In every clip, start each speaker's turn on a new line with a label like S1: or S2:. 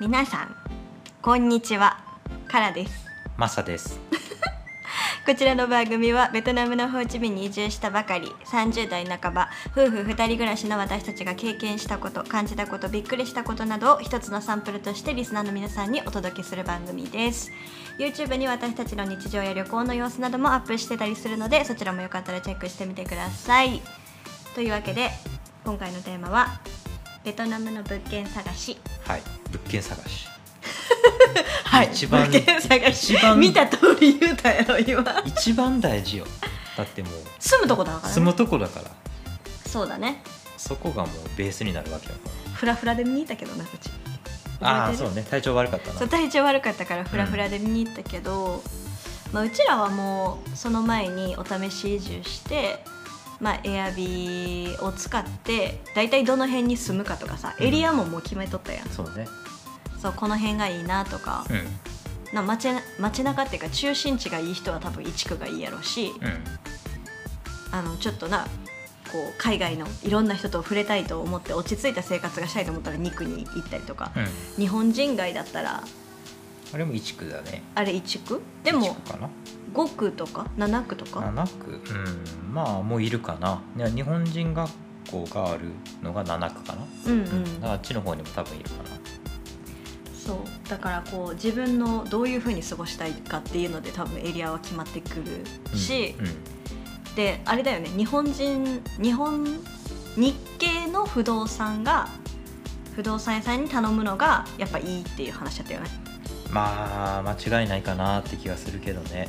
S1: 皆さんこんにちはからです
S2: マサです。
S1: こちらの番組はベトナムのホーチミンに移住したばかり30代半ば夫婦2人暮らしの私たちが経験したこと感じたことびっくりしたことなどを一つのサンプルとしてリスナーの皆さんにお届けする番組です YouTube に私たちの日常や旅行の様子などもアップしてたりするのでそちらもよかったらチェックしてみてくださいというわけで今回のテーマはベトナムの物件探し
S2: はい。物件探し。
S1: はい、
S2: 一番
S1: 物件探し
S2: 一番
S1: 見た通り言うたやろ今
S2: 一番大 事よ。だってもう
S1: 住むとこだから、ね、
S2: 住むとこだから、
S1: そうだね
S2: そこがもうベースになるわけよ。
S1: フラフラで見に行ったけどなうち
S2: あ
S1: 覚えて
S2: あ
S1: る
S2: そうね。体調悪かったな
S1: そう。体調悪かったからフラフラで見に行ったけど、まあ、うちらはもうその前にお試し移住して、まあ、エアビーを使って大体どの辺に住むかとかさエリアももう決めとったやん、
S2: そうね。
S1: そうこの辺がいいなとか,、
S2: うん
S1: な街街中っていうか中心地がいい人は多分1区がいいやろうし、
S2: うん
S1: あのちょっとなこう海外のいろんな人と触れたいと思って落ち着いた生活がしたいと思ったら2区に行ったりとか、
S2: うん。
S1: 日本人街だったら
S2: あれも一区だね。
S1: あれ1区でも
S2: 一区かな。
S1: 5区とか7区とか
S2: 七区。うん。まあもういるかな。ね日本人学校があるのが七区かな。
S1: うんうん
S2: だからあっちの方にも多分いるかな。
S1: そうだからこう自分のどういうふうに過ごしたいかっていうので多分エリアは決まってく
S2: うん
S1: るし、
S2: うん
S1: であれだよね日本人日本日系の不動産が不動産屋さんに頼むのがやっぱいいっていう話だったよね
S2: まあ間違いないかなって気がするけどね。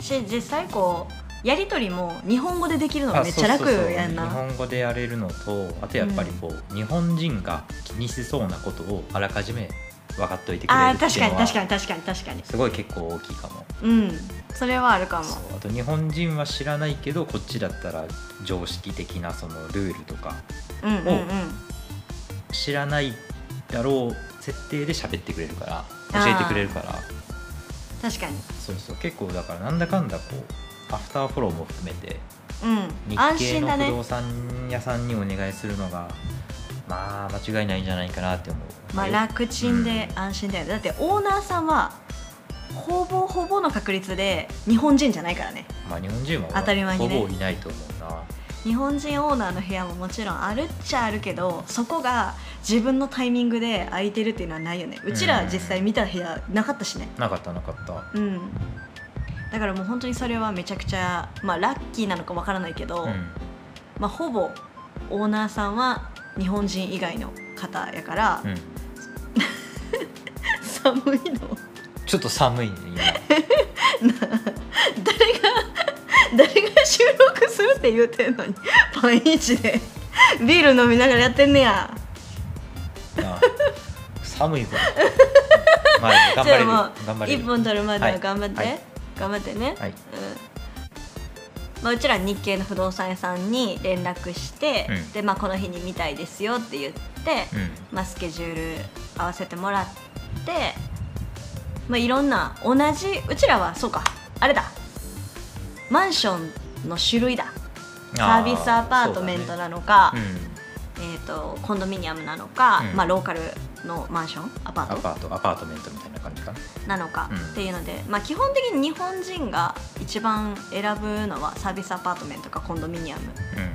S1: し実際こうやり取りも日本語でできるのがめっちゃ楽やん
S2: あそうそうそう
S1: な
S2: 日本語でやれるのとあとやっぱりこう、日本人が気にしそうなことをあらかじめ分かっといてくれ
S1: あ
S2: る
S1: ー
S2: って
S1: 確
S2: い
S1: かに
S2: うの
S1: 確か
S2: は
S1: に確かに確かに
S2: すごい結構大きいかも
S1: うんそれはあるかも
S2: そうあと日本人は知らないけどこっちだったら常識的なそのルールとか
S1: うんうんうん
S2: 知らないだろう設定で喋ってくれるから教えてくれるから
S1: 確かに
S2: そうそう結構だからなんだかんだこうアフターフォローも含めて
S1: う
S2: 日
S1: ん安
S2: 系
S1: 心
S2: の
S1: だ
S2: 不
S1: ね
S2: 動産屋さんにお願いするのがまあ間違いないんじゃないかなって思う、
S1: まあ楽ちんで
S2: うん
S1: 安心だよねだってオーナーさんはほぼほぼの確率で日本人じゃないからね
S2: まあ日本人は
S1: 当たり前にね
S2: ほぼいないと思うな
S1: 日本人オーナーの部屋ももちろんあるっちゃあるけどそこが自分のタイミングで空いてるっていうのはないよねうちら実際見た部屋なかったしね
S2: なかったなかった
S1: うん、だからもう本当にそれはめちゃくちゃ、まあ、ラッキーなのかわからないけど、
S2: うん
S1: まあ、ほぼオーナーさんは日本人以外の方やから、
S2: うん
S1: 寒いの
S2: ちょっと寒いね
S1: 誰が誰が収録するって言うてんのにパンイチ でビール飲みながらやってんねや
S2: 今なあ寒いぞまあ頑張れる
S1: じゃあ
S2: 頑
S1: も
S2: 張
S1: う
S2: れる
S1: 一本取るまでは頑張って、
S2: はいはい
S1: 頑張ってね、
S2: はい
S1: うんまあ、うちら日系の不動産屋さんに連絡して、
S2: うん
S1: でまあ、この日に見たいですよって言って、
S2: うん
S1: まあ、スケジュール合わせてもらって、まあ、いろんな同じうちらはそうかあれだマンションの種類だサービスアパートメント
S2: あ
S1: なのか、
S2: ーそうだね
S1: えー、とコンドミニアムなのか、
S2: うん
S1: まあ、ローカルのマンションアパ
S2: うん、ア
S1: ー
S2: パ
S1: ト
S2: ートアパートメントみたいな感じかな
S1: なのか
S2: うん
S1: っていうので、まあ、基本的に日本人が一番選ぶのはサービスアパートメントかコンドミニアム、
S2: うん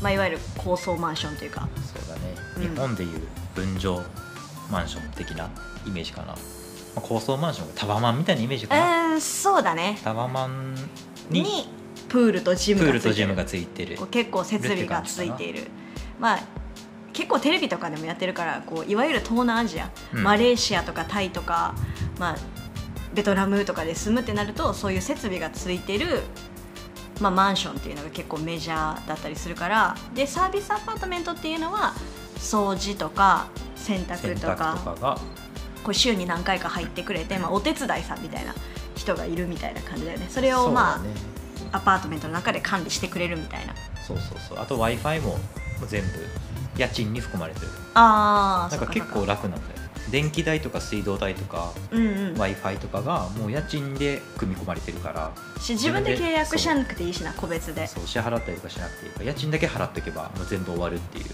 S1: まあ、いわゆる高層マンションというか
S2: そうだね、
S1: うん
S2: 日本でいう分譲マンション的なイメージかな、まあ、高層マンションがタワマンみたいなイメージ
S1: う
S2: かな、
S1: ーんそうだね
S2: タワマン
S1: に
S2: に
S1: プールとジ
S2: プ
S1: ム
S2: ー
S1: が
S2: ル
S1: つい
S2: とジ
S1: て
S2: ム
S1: る
S2: がついてる
S1: こう結構設備がついているまあ結構テレビとかでもやってるからこういわゆる東南アジア、
S2: うん
S1: マレーシアとかタイとか、まあ、ベトナムとかで住むってなるとそういう設備がついてる、まあ、マンションっていうのが結構メジャーだったりするからでサービスアパートメントっていうのは掃除とか洗
S2: 洗
S1: 濯
S2: 濯
S1: と
S2: と
S1: か
S2: かが
S1: こう週に何回か入ってくれて、まあ、お手伝いさんみたいな人がいるみたいな感じだよねそれをまあ、
S2: そうだね
S1: アパートメントの中で管理してくれるみたいな
S2: そうそうそうあと w i f i も全部家賃に含まれてる
S1: ああ
S2: なんか結構楽なんだよ電気代とか水道代とか
S1: うんうん、
S2: w i f i とかがもう家賃で組み込まれてるから
S1: し自分で契約しなくていいしな個別で
S2: そう支払ったりとかしなくていいから家賃だけ払っとけばもう全部終わるっていう、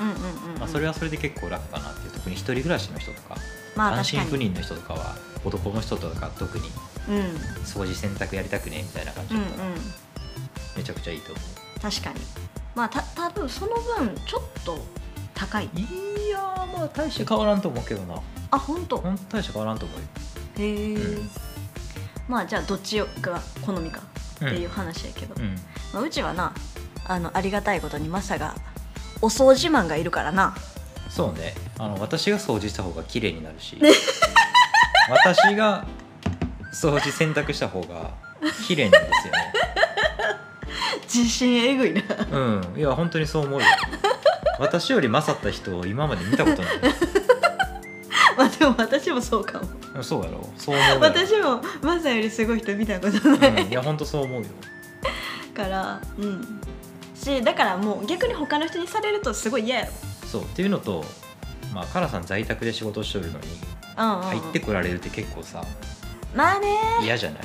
S1: うんうんうんうん、
S2: まあ、それはそれで結構楽かなっていう特に一人暮らしの人とか
S1: まあ
S2: 単
S1: 確
S2: 身
S1: か
S2: 赴
S1: に
S2: 任の人とかは男の人とか特に
S1: うんうんうん
S2: 掃除洗濯やりたくねみたいな感じだから、めちゃくちゃいいと思
S1: 確かにまあた多分その分ちょっと高いう
S2: いやーまあ大して変わらんと思うけどな
S1: あ本当
S2: ほんと大して変わらんと思うよ
S1: へえ、
S2: うん
S1: まあじゃあどっちが好みか
S2: う
S1: っ
S2: ん
S1: ていう話やけど、う
S2: うん
S1: まあ、うちはなあのありがたいことにマサがお掃除マンがいるからな
S2: そうねあの私が掃除した方が綺麗になる し私が掃除洗濯した方が綺麗なんですよね
S1: 自信えぐいな
S2: うんいや本当にそう思うよ私より勝った人を今まで見た ことない
S1: まあでも私もそうかも
S2: うんそうやろそう思うやろ
S1: 私もマサよりすごい人見たことない
S2: うん、いや本当そう思うよ
S1: からうんしだからもう逆に他の人にされるとすごい嫌やろ
S2: そうっていうのとまあカラさん在宅で仕事してるのに
S1: うんうんうん、
S2: 入ってこられるって結構さ
S1: まあね
S2: 嫌じゃない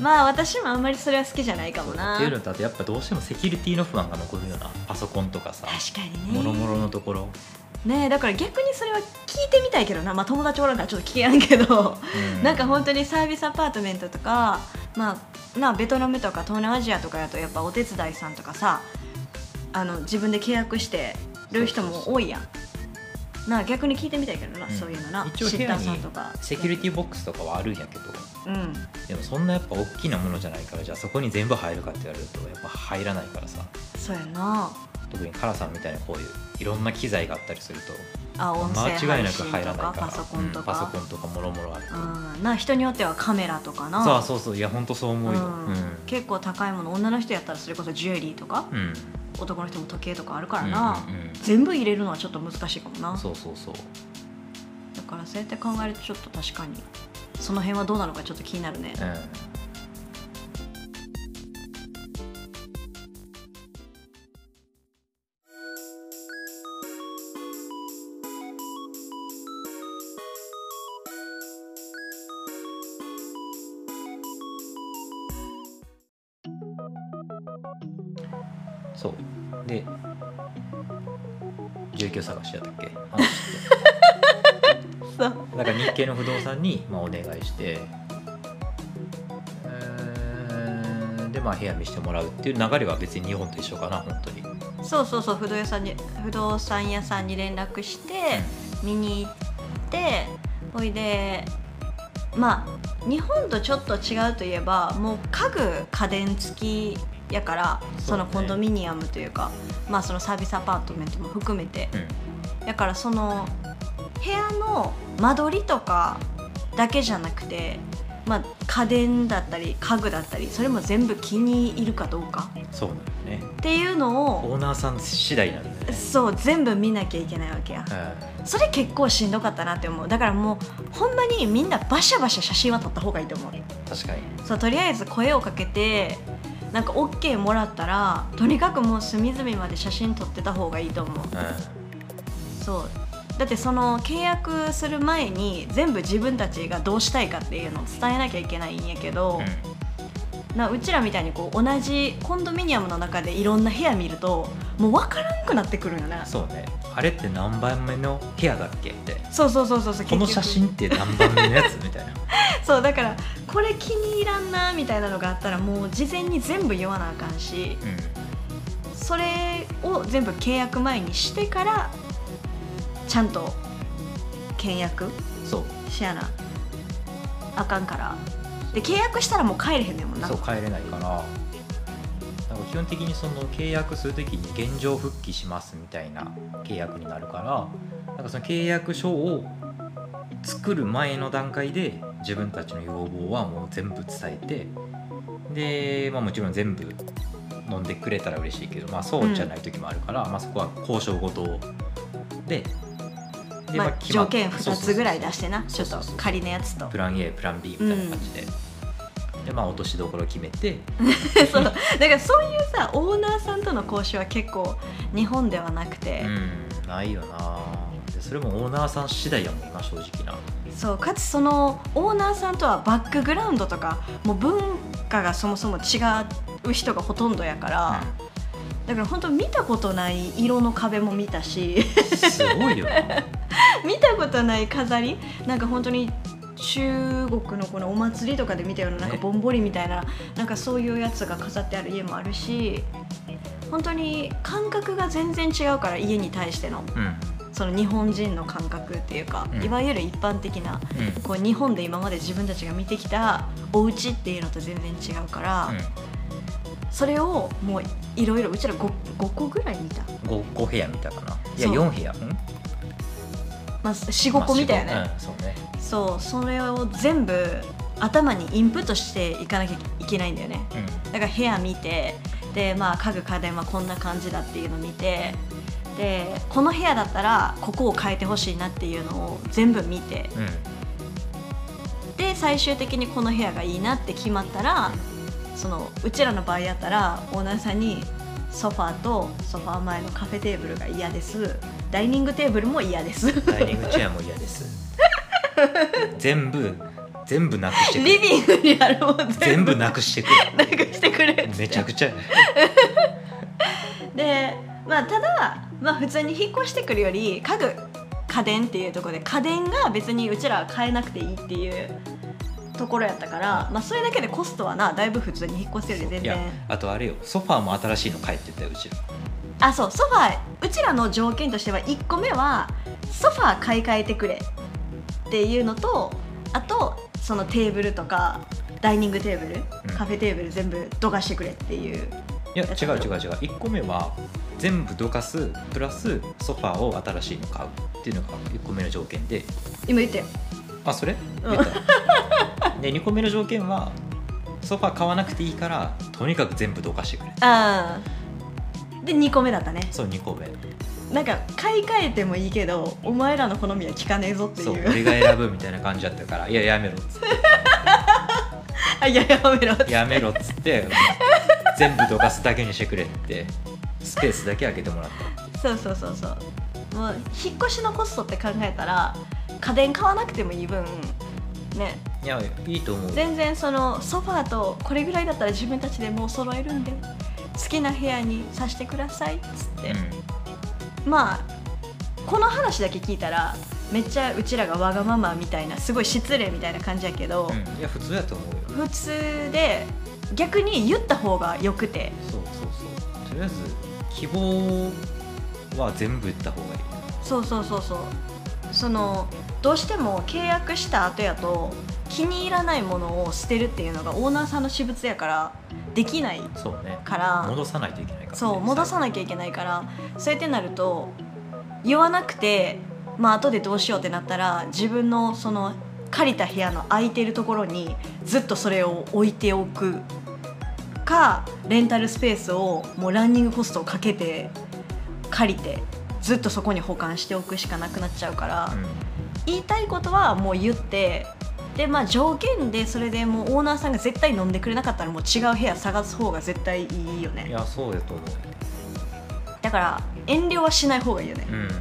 S1: まあ私もあんまりそれは好きじゃないかもな
S2: っていうの
S1: 確
S2: とあとやっぱどうしてもセキュリティの不安が残るようなパソコンとかさ
S1: かにね
S2: もろもろのところ、
S1: ねえだから逆にそれは聞いてみたいけどなまあ友達おらんからちょっと聞けやんけど
S2: う
S1: なんか本当
S2: に
S1: にサービスアパートメントとか、まあ、なベトナムとか東南アジアとかやとやっぱお手伝いさんとかさあの自分で契約してる人も多いやんなあ逆に聞いてみたいけどな、
S2: うん
S1: そういうのな
S2: 一応部屋に
S1: さんとか
S2: セキュリ
S1: テ
S2: ティボックスとかはあるんやけど
S1: ィうん
S2: でもそんなやっぱ大きなものじゃないからじゃあそこに全部入るかって言われるとやっぱ入らないからさ
S1: そうやな
S2: 特にカラさんみたいなこういういろんな機材があったりすると
S1: あ音声
S2: 間違
S1: 配
S2: いなく
S1: 信
S2: 入ら
S1: と
S2: ない
S1: か
S2: から
S1: パソコンと
S2: うんパソ
S1: か
S2: コンとかもろもろあると
S1: うんなあ人によってはカメラとかな
S2: そうそうそういや本当そう思うよ
S1: うん結構高いもの女の人やったらそれこそジュエリーとか
S2: うん、うん、
S1: 男の人も時計とかあるからな、
S2: うんうんうん
S1: 全部入れるのはちょっと難しいかもな
S2: そうそうそう
S1: だからそうやって考えるとちょっと確かにその辺はどうなのかちょっと気になるね、
S2: ううんそうで住居探しやったっけあ
S1: そう
S2: なんか日系の不動産に、まあ、お願いして、えーでまあ部屋見してもらうっていう流れは別に日本と一緒かな本当に、うん
S1: そうそうそう不動産に不動産屋さんに連絡して見に行ってほいでまあ日本とちょっと違うといえばもう家具家電付きやから
S2: そうね
S1: そのコンドミニアムというかまあそのサービスアパートメントも含めてだからその部屋の間取りとかだけじゃなくて、まあ、家電だったり家具だったりそれも全部気に入るかどうかっ
S2: そうなんだよね
S1: ていうの
S2: オ
S1: を
S2: ーナーさん次第なんだよね、
S1: そう全部見なきゃいけないわけやそれ結構しんどかったなって思うだからもうほんまにみんなバシャバシャ写真は撮った方がいいと思う
S2: うん、確かに
S1: そうとりあえず声をかけてなんか OK もらったらとにかくもう隅々まで写真撮ってた方がいいと思う
S2: う
S1: そうだってその契約する前に全部自分たちがどうしたいかっていうのを伝えなきゃいけないんやけど
S2: ん、、
S1: うなうちらみたいにこう同じコンドミニアムの中でいろんな部屋見るともう分からんくなってくるんよね
S2: そうねあれって何番目の部屋だっけって
S1: そうそうそうそうそう
S2: この
S1: 結
S2: 写
S1: 局
S2: 真って何番目のやつみたいな
S1: そうだからこれ気に入らんなみたいなのがあったらもう事前に全部言わなあかんし
S2: う
S1: それを全部契約前にしてからちゃんと契約
S2: んそう
S1: しやなあかんからで契約したらもう帰れへんねんもんな
S2: そう帰れないからなんか基本的にその契約するときに現状復帰しますみたいな契約になるからなんかその契約書を作る前の段階で自分たちの要望はもう全部伝えてで、まあ、もちろん全部飲んでくれたら嬉しいけど、まあ、そうじゃない時もあるから、まあ、そこは交渉ごとでで
S1: まあ、
S2: 決ま
S1: 条
S2: っ
S1: 件
S2: そ
S1: 2
S2: うそうそ
S1: つ
S2: う
S1: ぐらい出
S2: そう
S1: してなちょっと
S2: そうそうそう
S1: 仮のやつと
S2: プラン A プラン B みたいな感じで、でまあ落としどころ決めて
S1: そうだからそういうさオーナーさんとの交渉は結構日本ではなくて、
S2: うんないよなでそれもオーナーさん次第やもんな正直な
S1: そうかつそのオーナーさんとはバックグラウンドとかもう文化がそもそも違う人がほとんどやから、だから本当見たことない色の壁も見たし
S2: すごいよな
S1: 見たことない飾りなんか本当に中国のこのお祭りとかで見たようななんか
S2: ね
S1: ぼんぼりみたいななんかそういうやつが飾ってある家もあるし本当に感覚が全然違うから家に対しての
S2: うん
S1: その日本人の感覚っていうか、
S2: うん
S1: いわゆる一般的な
S2: うんうん
S1: こう日本で今まで自分たちが見てきたお家っていうのと全然違うから、それをもういろいろうちら 5, 5個ぐらい見た、
S2: 5, 五部屋見たかないや
S1: そう
S2: 4部屋うん
S1: まあ、45個見たよね、
S2: まあ四五うんそうね
S1: そうそれを全部頭にインプットしていかなきゃいけないんだよねだから部屋見てで、まあ、家具家電はこんな感じだっていうのを見てでこの部屋だったらここを変えてほしいなっていうのを全部見て
S2: うんうん
S1: で最終的にこの部屋がいいなって決まったらそのうちらの場合やったらオーナーさんにソファーとソファー前のカフェテーブルが嫌ですダイニングテーブルも嫌です
S2: ダイニングチェアも嫌です 全部全部なくしてく
S1: リ
S2: れ
S1: ビングにあるもん
S2: 全
S1: 全部
S2: 部なくしてく
S1: なくしてくれって
S2: れめちゃくちゃ
S1: でまあただ、まあ、普通に引っ越してくるより家具家電っていうところで家電が別にうちらは買えなくていいっていうところやったから、まあ、それだけでコストはなだいぶ普通に引っ越せるより全
S2: いや
S1: 然
S2: あとあれよソファーも新しいの帰ってたようちら
S1: あそうソファーうちらの条件としては1個目はソファー買い替えてくれっていうのとあとそのテーブルとかダイニングテーブル、
S2: うん
S1: カフェテーブル全部どかしてくれっていう
S2: いや違う違う違う1個目は全部どかすプラスソファーを新しいの買うっていうのが1個目の条件で
S1: 今言ったよ
S2: あそれ
S1: うん
S2: 言ったで2個目の 条件はソファー買わなくていいからとにかく全部どかしてくれ
S1: あーで2個目だったね
S2: そう2個目
S1: なんか買い替えてもいいけどお前らの好みは聞かねえぞってい
S2: そう
S1: う
S2: 俺が選ぶみたいな感じだったから「いややめろ」っつっ
S1: あいややめろ
S2: て「やめろ」っつって 全部どかすだけにしてくれってスペースだけ開けてもらった
S1: そうそうそうそうもう引っ越しのコストって考えたら家電買わなくてもいい分ね
S2: いやいいと思う
S1: 全然そのソファーとこれぐらいだったら自分たちでもう揃えるんで好きな部屋にさせてくださいっつって、まあこの話だけ聞いたらめっちゃうちらがわがままみたいなすごい失礼みたいな感じやけど、
S2: うん、うん、いや普通やと思うよ
S1: 普通で逆に言った方がよくて
S2: そうそうそうとりあえず希望は全部言った方がいい
S1: そうそうそうそうそのどうしても契約した後やと気に入らないものを捨てるっていうのがオーナーさんの私物やからできない
S2: そうね
S1: から
S2: 戻さないといけないから、ね、
S1: そう戻さ
S2: ない
S1: なきゃいけないからそうやってなると言わなくてまあ後でどうしようってなったら自分のその借りた部屋の空いてるところにずっとそれを置いておくかレンタルスペースをもうランニングコストをかけて借りてずっとそこに保管しておくしかなくなっちゃうから、言いたいことはもう言ってでまあ条件でそれでもうオーナーさんが絶対飲んでくれなかったらもう違う部屋探す方が絶対いいよね
S2: いやそうやと思う
S1: だから遠慮はしない方がいいよね
S2: うんでね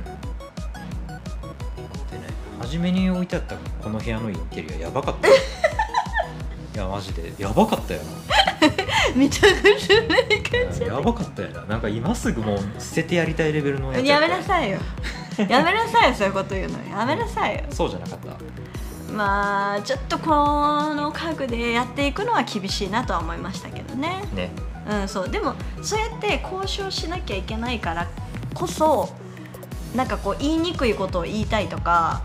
S2: 初めに置いてあったこの部屋のインテリアやばかっ たよいやマジでやばかったよ
S1: めちゃくちゃない感じ
S2: なやばかったよななんか今すぐもう捨ててやりたいレベルのやつ
S1: やめないさいよやめなさいよそういうこと言うのやめなさいよ
S2: そうじゃなかった
S1: まあちょっとこの家具でやっていくのは厳しいなとは思いましたけどね
S2: ね
S1: うんそうでもそうやって交渉しなきゃいけないからこそなんかこう言いにくいことを言いたいとか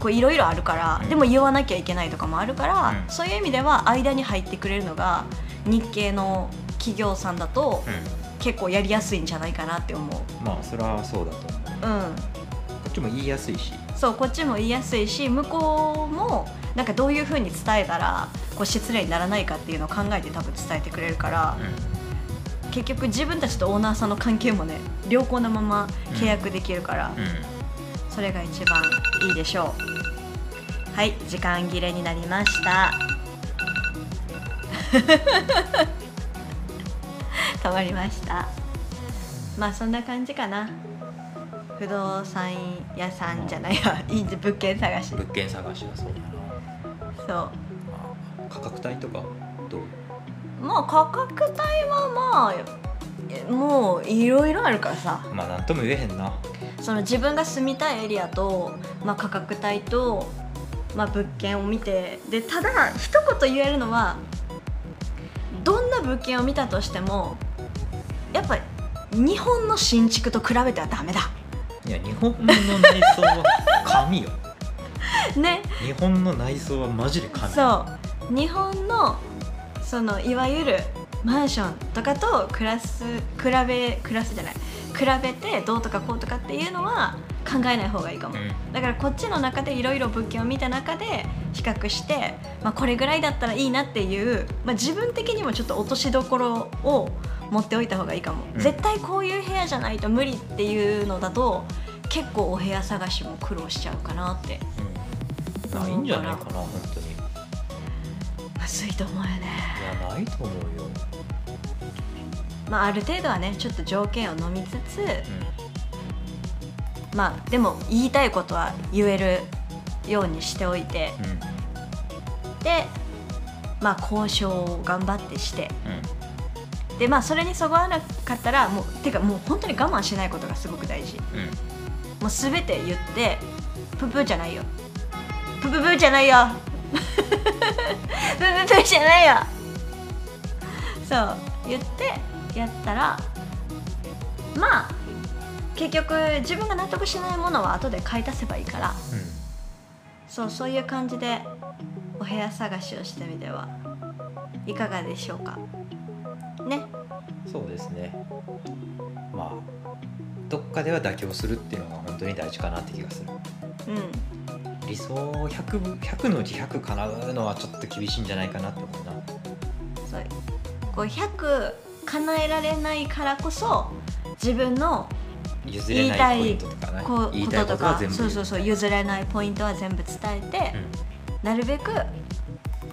S1: こういろいろあるから、
S2: うん
S1: でも言わなきゃいけないとかもあるから、
S2: うん
S1: そういう意味では間に入ってくれるのが日系の企業さんだと
S2: う
S1: 結構やりやすいんじゃないかなって思う。
S2: んまあそれはそうだと思うこ
S1: うん
S2: っちも言いやすいし
S1: そうこっちも言いやすいし向こうもなんかどういうふうに伝えたらこう失礼にならないかっていうのを考えて多分伝えてくれるから、結局自分たちとオーナーさんの関係もね良好なまま契約できるから、
S2: う
S1: それが一番いいでしょうはい時間切れになりました 止まりましたまあそんな感じかな不動産屋さんじゃないやいい物件探しそ
S2: ん
S1: う
S2: 物件探しはそうだなまあ価格帯とかどう
S1: まあ価格帯はまあもういろいろあるからさ
S2: まあ何とも言えへんな
S1: その自分が住みたいエリアと、まあ、価格帯と、まあ、物件を見てでただ一言言えるのはどんな物件を見たとしてもやっぱ日本の新築と比べてはダメだ
S2: いや日本の内装は 神よ
S1: ね
S2: 日本の内装はマジで神
S1: そう日本のそのいわゆるマンションとかと暮らす比べ暮らすじゃない比べてどうとかこうとかっていうのは考えない方がいいかも、
S2: うん
S1: だからこっちの中でいろいろ物件を見た中で比較して、まあ、これぐらいだったらいいなっていう、まあ、自分的にもちょっと落としどころを持っておいた方がいいかも、
S2: うん
S1: 絶対こういう部屋じゃないと無理っていうのだと結構お部屋探しも苦労しちゃうかなって、
S2: うんないんじゃないかな本当にい
S1: まずいと思うよね
S2: やないと思うよ、
S1: まあ、ある程度はねちょっと条件を飲みつつまあでも言いたいことは言えるようにしておいて
S2: うんうん
S1: でまあ交渉を頑張ってして
S2: うん
S1: でまあそれにそぐわなかったらもうてかもう本当に我慢しないことがすごく大事も
S2: うん
S1: う全て言ってプープーじゃないよプープープーじゃないよ プープープーじゃないよそう言ってやったらまあ結局自分が納得しないものは後で買い足せばいいから
S2: う
S1: そうそういう感じでお部屋探しをしてみてはいかがでしょうかね
S2: ん、そうですねまあどっかでは妥協するっていうのが本当に大事かなって気がする
S1: うん
S2: 理想 100, 分100のうち100叶うのはちょっと厳しいんじゃないかなって思うな
S1: そうこう100叶えられないからこそ自分の
S2: 譲れないポイントとかね
S1: こう
S2: 言い
S1: こ
S2: たい
S1: と
S2: こととは
S1: か
S2: 全部言
S1: そうそうそう譲れないポイントは全部伝えて、なるべく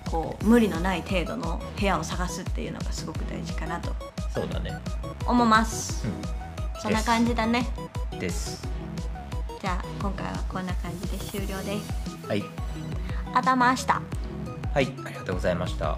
S1: こう無理のない程度の部屋を探すっていうのがすごく大事かなと
S2: うん、そうだね、
S1: 思います、そんな感じだね
S2: うん、です
S1: じゃあ今回はこんな感じで終了です
S2: はい
S1: 頭した
S2: はいありがとうございました